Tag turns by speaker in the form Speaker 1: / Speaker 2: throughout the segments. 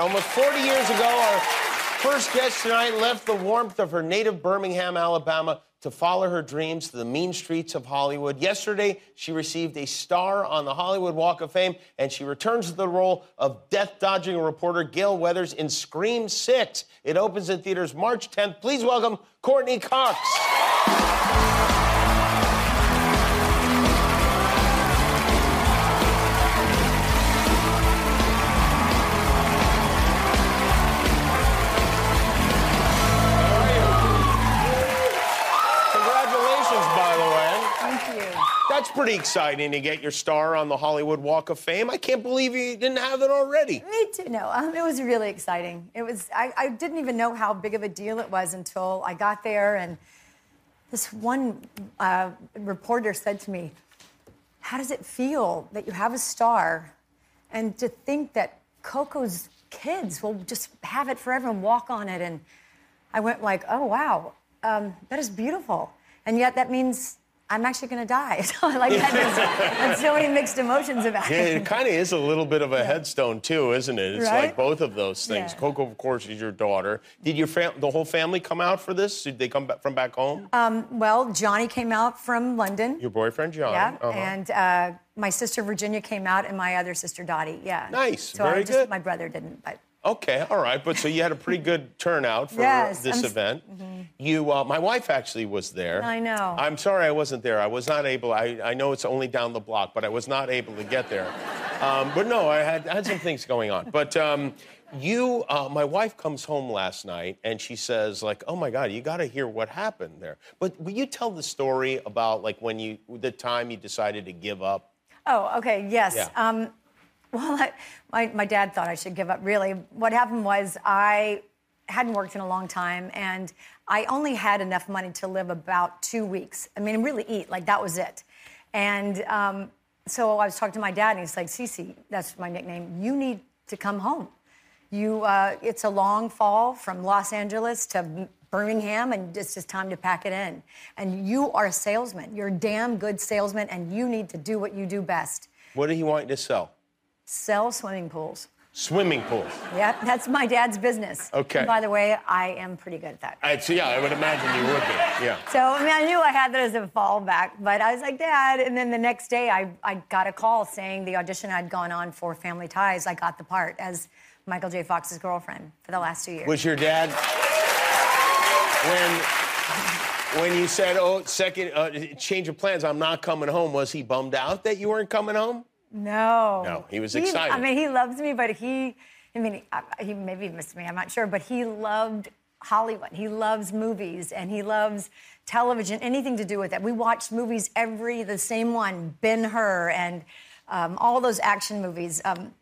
Speaker 1: Almost 40 years ago, our first guest tonight left the warmth of her native Birmingham, Alabama, to follow her dreams to the mean streets of Hollywood. Yesterday, she received a star on the Hollywood Walk of Fame, and she returns to the role of death dodging reporter Gail Weathers in Scream 6. It opens in theaters March 10th. Please welcome Courtney Cox. Congratulations, by the way.
Speaker 2: Thank you.
Speaker 1: That's pretty exciting to get your star on the Hollywood Walk of Fame. I can't believe you didn't have it already.
Speaker 2: Me too. No, um, it was really exciting. It was. I, I didn't even know how big of a deal it was until I got there, and this one uh, reporter said to me, "How does it feel that you have a star, and to think that Coco's kids will just have it forever and walk on it?" And I went like, "Oh wow, um, that is beautiful," and yet that means. I'm actually gonna die. So I like had, this, had so many mixed emotions about
Speaker 1: Yeah,
Speaker 2: it.
Speaker 1: it kind of is a little bit of a headstone too, isn't it? It's like
Speaker 2: Right?
Speaker 1: both of those things.
Speaker 2: Yeah.
Speaker 1: Coco, of course, is your daughter. Did your fam- the whole family come out for this? Did they come back from back home?
Speaker 2: Well, Johnny came out from London.
Speaker 1: your boyfriend John.
Speaker 2: yeah.
Speaker 1: Uh-huh.
Speaker 2: And uh, my sister Virginia came out, and my other sister Dottie. Yeah.
Speaker 1: Nice,
Speaker 2: So
Speaker 1: very
Speaker 2: I just,
Speaker 1: good.
Speaker 2: My brother didn't, but
Speaker 1: Okay, all right, but so you had a pretty good turnout for
Speaker 2: Yes,
Speaker 1: this
Speaker 2: I'm s- mm-hmm.
Speaker 1: event. You, uh, my wife actually was there.
Speaker 2: I know.
Speaker 1: I'm sorry I wasn't there. I was not able. I, I know it's only down the block, but I was not able to get there. Um, but no, I had had some things going on. But um, you, uh, my wife comes home last night and she says like, "Oh my God, you got to hear what happened there." But will you tell the story about like when you the time you decided to give up?
Speaker 2: oh, okay, yes.
Speaker 1: Yeah.
Speaker 2: Um, well, I, my my dad thought I should give up. Really, what happened was I hadn't worked in a long time, and I only had enough money to live about two weeks. I mean, really eat like that was it, and. Um, so I was talking to my dad, and he's like, "Cece, that's my nickname. You need to come home. You, uh, it's a long fall from Los Angeles to Birmingham, and it's just time to pack it in. And you are a salesman. You're a damn good salesman, and you need to do what you do best:
Speaker 1: What did he want you to sell?
Speaker 2: sell swimming pools.
Speaker 1: Swimming pools.
Speaker 2: Yep, that's my dad's business.
Speaker 1: Okay.
Speaker 2: And by the way, I am pretty good at that.
Speaker 1: I, so yeah, I would imagine you would be. Yeah.
Speaker 2: So I mean, I knew I had that as a fallback, but I was like, Dad. And then the next day, I, I got a call saying the audition I'd gone on for Family Ties, I got the part as Michael J. Fox's girlfriend for the last two years.
Speaker 1: Was your dad when when you said, "Oh, second uh, change of plans, I'm not coming home"? Was he bummed out that you weren't coming home?
Speaker 2: No.
Speaker 1: No, he was excited.
Speaker 2: I mean, he loves me, but he, I mean, he, he maybe missed me, I'm not sure, but he loved Hollywood. He loves movies and he loves television, anything to do with it. We watched movies every, the same one, Ben Hur and um, all those action movies. Um,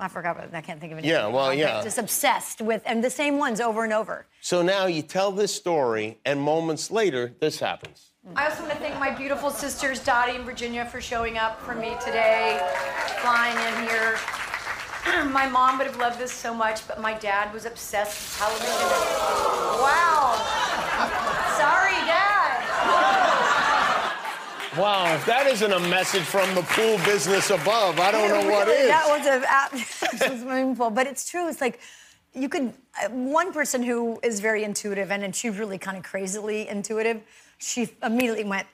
Speaker 2: I forgot, but I can't think of any.
Speaker 1: Yeah, well, yeah.
Speaker 2: Just obsessed with, and the same ones over and over.
Speaker 1: So now you tell this story, and moments later, this happens.
Speaker 3: I also want to thank my beautiful sisters, Dottie and Virginia, for showing up for me today, flying in here. my mom would have loved this so much, but my dad was obsessed with television. Wow. Sorry, Dad.
Speaker 1: Wow, if that isn't a message from the pool business above, I don't know what
Speaker 2: Really,
Speaker 1: is.
Speaker 2: That was a that was meaningful, but it's true. It's like you could uh, one person who is very intuitive and, and she's really kind of crazily intuitive. She immediately went,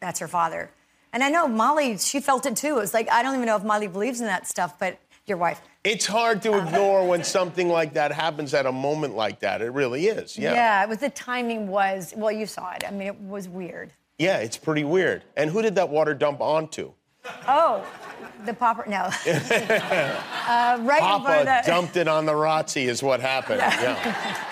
Speaker 2: "That's her father," and I know Molly. She felt it too. It was like I don't even know if Molly believes in that stuff, but your wife.
Speaker 1: It's hard to ignore when something like that happens at a moment like that. It really is. Yeah.
Speaker 2: yeah, it was the timing was well. You saw it. I mean, it was weird.
Speaker 1: Yeah, it's pretty weird. And who did that water dump onto?
Speaker 2: Oh, the popper. No, uh, right in front
Speaker 1: Papa
Speaker 2: of the.
Speaker 1: dumped it on the Rotzi, is what happened. Yeah.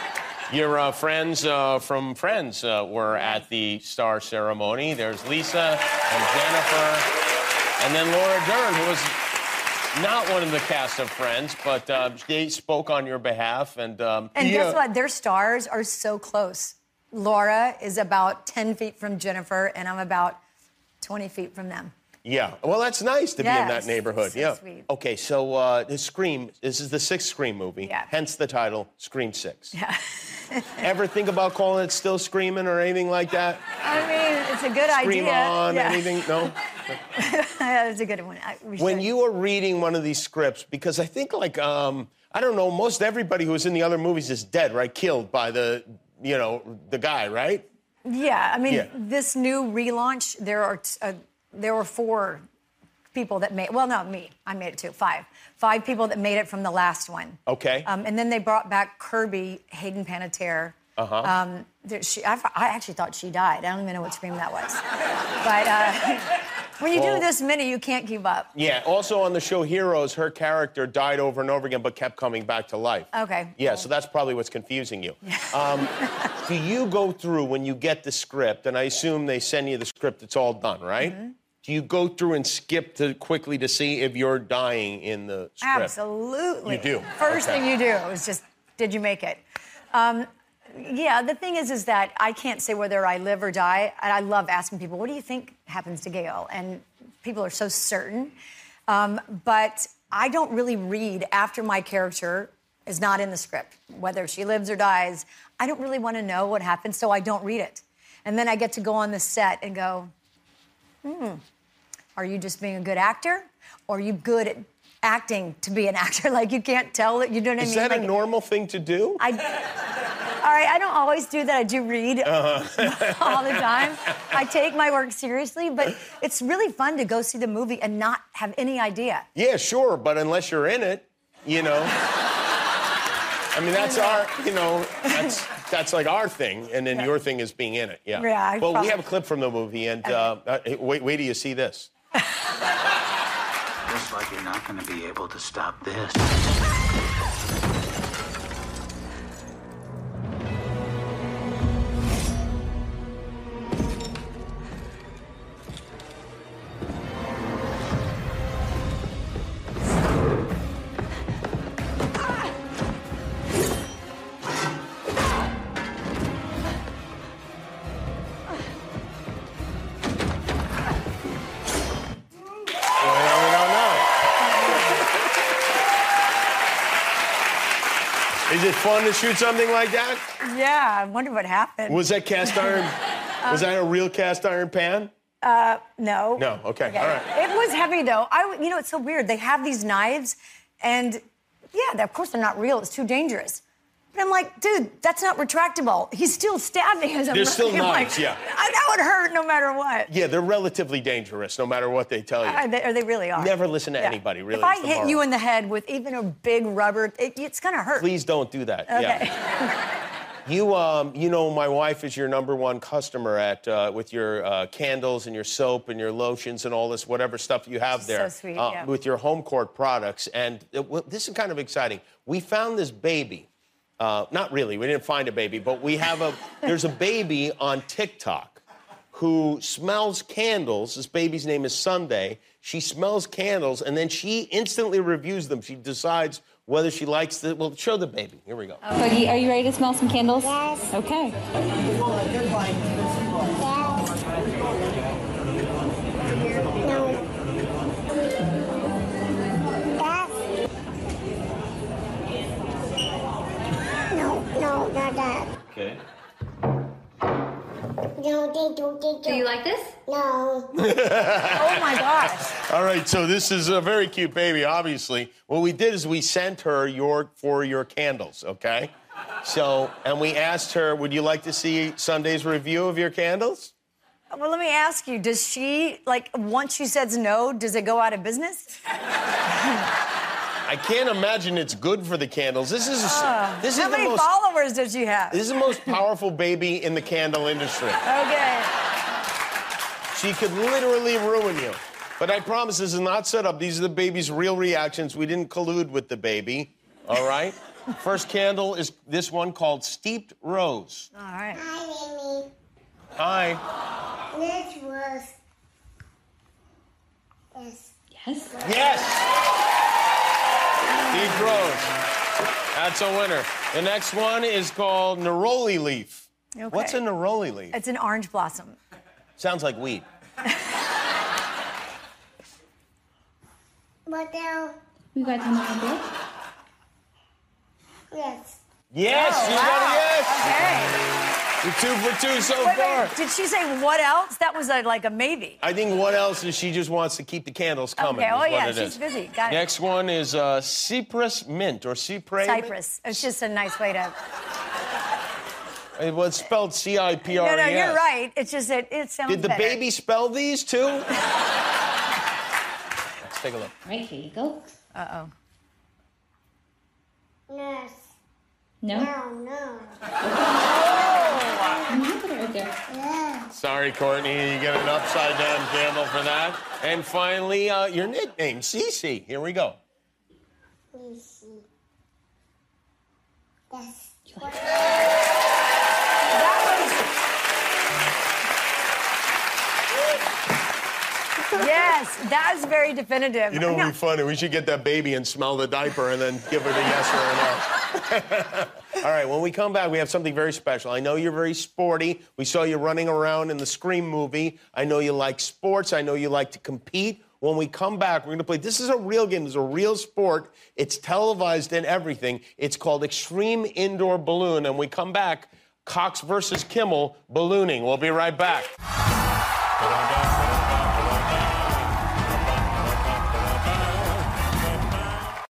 Speaker 1: Your uh, friends uh, from Friends uh, were at the star ceremony. There's Lisa and Jennifer, and then Laura Dern, who was not one of the cast of Friends, but uh, they spoke on your behalf. And, um,
Speaker 2: And
Speaker 1: yeah.
Speaker 2: guess what? Their stars are so close. Laura is about 10 feet from Jennifer, and I'm about 20 feet from them.
Speaker 1: Yeah. Well, that's nice to be in that
Speaker 2: Yes.
Speaker 1: neighborhood.
Speaker 2: So
Speaker 1: yeah.
Speaker 2: sweet.
Speaker 1: Okay, so uh, the Scream, this is the sixth Scream movie,
Speaker 2: Yeah.
Speaker 1: hence the title Scream 6.
Speaker 2: Yeah.
Speaker 1: Ever think about calling it Still Screaming or anything like that?
Speaker 2: I mean, it's a good
Speaker 1: Scream
Speaker 2: idea.
Speaker 1: on,
Speaker 2: Yeah.
Speaker 1: anything? No?
Speaker 2: that was a good one. I, we
Speaker 1: when
Speaker 2: should.
Speaker 1: you are reading one of these scripts because i think like um i don't know most everybody who was in the other movies is dead right killed by the you know the guy right
Speaker 2: yeah, I mean,
Speaker 1: Yeah.
Speaker 2: this new relaunch, there are t- uh, there were four people that made. Well, no, me, I made it too. Five, five people that made it from the last one.
Speaker 1: Okay.
Speaker 2: Um, and then they brought back Kirby, Hayden Panettiere. Uh
Speaker 1: Uh-huh.
Speaker 2: huh. Um, there, she, I, I actually thought she died. I don't even know what scream that was. but uh, when you
Speaker 1: Well-
Speaker 2: do this many, you can't keep up.
Speaker 1: yeah also on the show heroes her character died over and over again but kept coming back to life
Speaker 2: Okay.
Speaker 1: yeah so that's probably what's confusing you um, do you go through when you get the script and i assume they send you the script it's all done right
Speaker 2: Mm-hmm.
Speaker 1: do you go through and skip to quickly to see if you're dying in the script
Speaker 2: Absolutely.
Speaker 1: You do?
Speaker 2: First
Speaker 1: Okay.
Speaker 2: thing you do is just, did you make it? Um, yeah, the thing is, is that I can't say whether I live or die. And I love asking people, what do you think happens to Gail? And people are so certain. Um, but I don't really read after my character is not in the script, whether she lives or dies. I don't really want to know what happens, so I don't read it. And then I get to go on the set and go, "Hmm, are you just being a good actor? Or are you good at acting to be an actor? Like you can't tell it. You know what I
Speaker 1: is
Speaker 2: mean?
Speaker 1: that
Speaker 2: like,
Speaker 1: a normal thing to do
Speaker 2: I, all right, I don't always do that. I do read
Speaker 1: Uh-huh.
Speaker 2: all the time. I take my work seriously, but it's really fun to go see the movie and not have any idea.
Speaker 1: Yeah, sure, but unless you're in it, you know. I mean, that's our, you know, that's that's like our thing, and then your thing is being in it. Yeah.
Speaker 2: Yeah, I
Speaker 1: Well, we
Speaker 2: probably-
Speaker 1: have a clip from the movie, and uh, uh, wait, wait till you see this.
Speaker 4: Looks like you're not going to be able to stop this.
Speaker 1: Well, we don't know. Is it fun to shoot something like that?
Speaker 2: Yeah, I wonder what happened.
Speaker 1: Was that cast iron? was
Speaker 2: Um,
Speaker 1: that a real cast iron pan?
Speaker 2: No.
Speaker 1: No, okay, all right.
Speaker 2: It was heavy though. I, w- you know, it's so weird. They have these knives, and yeah, they- of course they're not real. It's too dangerous. But I'm like, dude, that's not retractable. He's still stabbed me. As I'm
Speaker 1: There's still
Speaker 2: running. I'm
Speaker 1: knives,
Speaker 2: like,
Speaker 1: yeah.
Speaker 2: I know it hurt no matter what.
Speaker 1: Yeah, they're relatively dangerous, no matter what they tell you.
Speaker 2: Are they, or they really are.
Speaker 1: Never listen to anybody, really,
Speaker 2: If I
Speaker 1: is the
Speaker 2: hit
Speaker 1: moral.
Speaker 2: you in the head with even a big rubber, it, it's gonna hurt.
Speaker 1: Please don't do that.
Speaker 2: Okay.
Speaker 1: Yeah. You, um, you know, my wife is your number one customer at uh, with your uh, candles and your soap and your lotions and all this whatever stuff you have
Speaker 2: She's so
Speaker 1: there.
Speaker 2: sweet,
Speaker 1: uh,
Speaker 2: yeah.
Speaker 1: With your home court products, and it, well, this is kind of exciting. We found this baby. Uh, not really. We didn't find a baby, but we have a. there's a baby on TikTok who smells candles. This baby's name is Sunday. She smells candles, and then she instantly reviews them. She decides whether she likes the. Well, show the baby. Here we go.
Speaker 5: Boogie, are you ready to smell some candles?
Speaker 6: Yes.
Speaker 5: Okay.
Speaker 6: Yes. No. Yes. No, no, not that.
Speaker 4: Okay.
Speaker 6: No, they don't, they don't.
Speaker 5: Do you like this?
Speaker 6: No.
Speaker 2: oh my gosh.
Speaker 1: All right, so this is a very cute baby, obviously. What we did is we sent her your for your candles, okay? So, and we asked her, would you like to see Sunday's review of your candles?
Speaker 2: Well, let me ask you: Does she like once she says no, does it go out of business?
Speaker 1: I can't imagine it's good for the candles. This is this is
Speaker 2: Ah, How
Speaker 1: the
Speaker 2: many
Speaker 1: most
Speaker 2: followers does she have?
Speaker 1: this is the most powerful baby in the candle industry.
Speaker 2: Okay.
Speaker 1: She could literally ruin you. But I promise this is not set up. These are the baby's real reactions. We didn't collude with the baby. All right? First candle is this one called Steeped Rose.
Speaker 2: All right.
Speaker 6: Hi, Amy.
Speaker 1: Hi.
Speaker 6: This was. Yes.
Speaker 5: Yes.
Speaker 1: Yes. Steve Rose. That's a winner. The next one is called neroli leaf.
Speaker 2: Okay.
Speaker 1: What's a neroli leaf?
Speaker 2: It's an orange blossom.
Speaker 1: Sounds like weed.
Speaker 6: But now,
Speaker 5: We got some candles.
Speaker 6: yes.
Speaker 2: Oh,
Speaker 1: Yes, you got a yes.
Speaker 2: Okay.
Speaker 1: You're two for two so
Speaker 2: Wait,
Speaker 1: far.
Speaker 2: wait, did she say what else? That was a, like a maybe.
Speaker 1: I think what else is she just wants to keep the candles coming.
Speaker 2: Okay,
Speaker 1: is
Speaker 2: oh
Speaker 1: what
Speaker 2: yeah,
Speaker 1: it
Speaker 2: she's
Speaker 1: is.
Speaker 2: busy. Got it.
Speaker 1: Next one is uh, Cypress Mint or Cypress.
Speaker 2: Cyprus. It's just a nice way to.
Speaker 1: It was spelled C I P R E
Speaker 2: No,
Speaker 1: S.
Speaker 2: no, you're right. It's just that it sounds.
Speaker 1: Did the
Speaker 2: better.
Speaker 1: baby spell these too? Let's take a look.
Speaker 5: Right, here you go.
Speaker 2: Uh oh.
Speaker 6: Nurse.
Speaker 5: No?
Speaker 6: No, no.
Speaker 5: I'm happy right there.
Speaker 1: Sorry, Courtney, you get an upside down candle for that. And finally, uh, your nickname, Cece. Here we go.
Speaker 6: Let me see. That's
Speaker 2: Yes, that is very definitive.
Speaker 1: You know,
Speaker 2: I
Speaker 1: what would be funny. We should get that baby and smell the diaper and then give it a yes or a no. All right, when we come back, we have something very special. I know you're very sporty. We saw you running around in the Scream movie. I know you like sports. I know you like to compete. When we come back, we're going to play. This is a real game. This is a real sport. It's televised and everything. It's called Extreme Indoor Balloon. And we come back, Cox versus Kimmel ballooning. We'll be right back.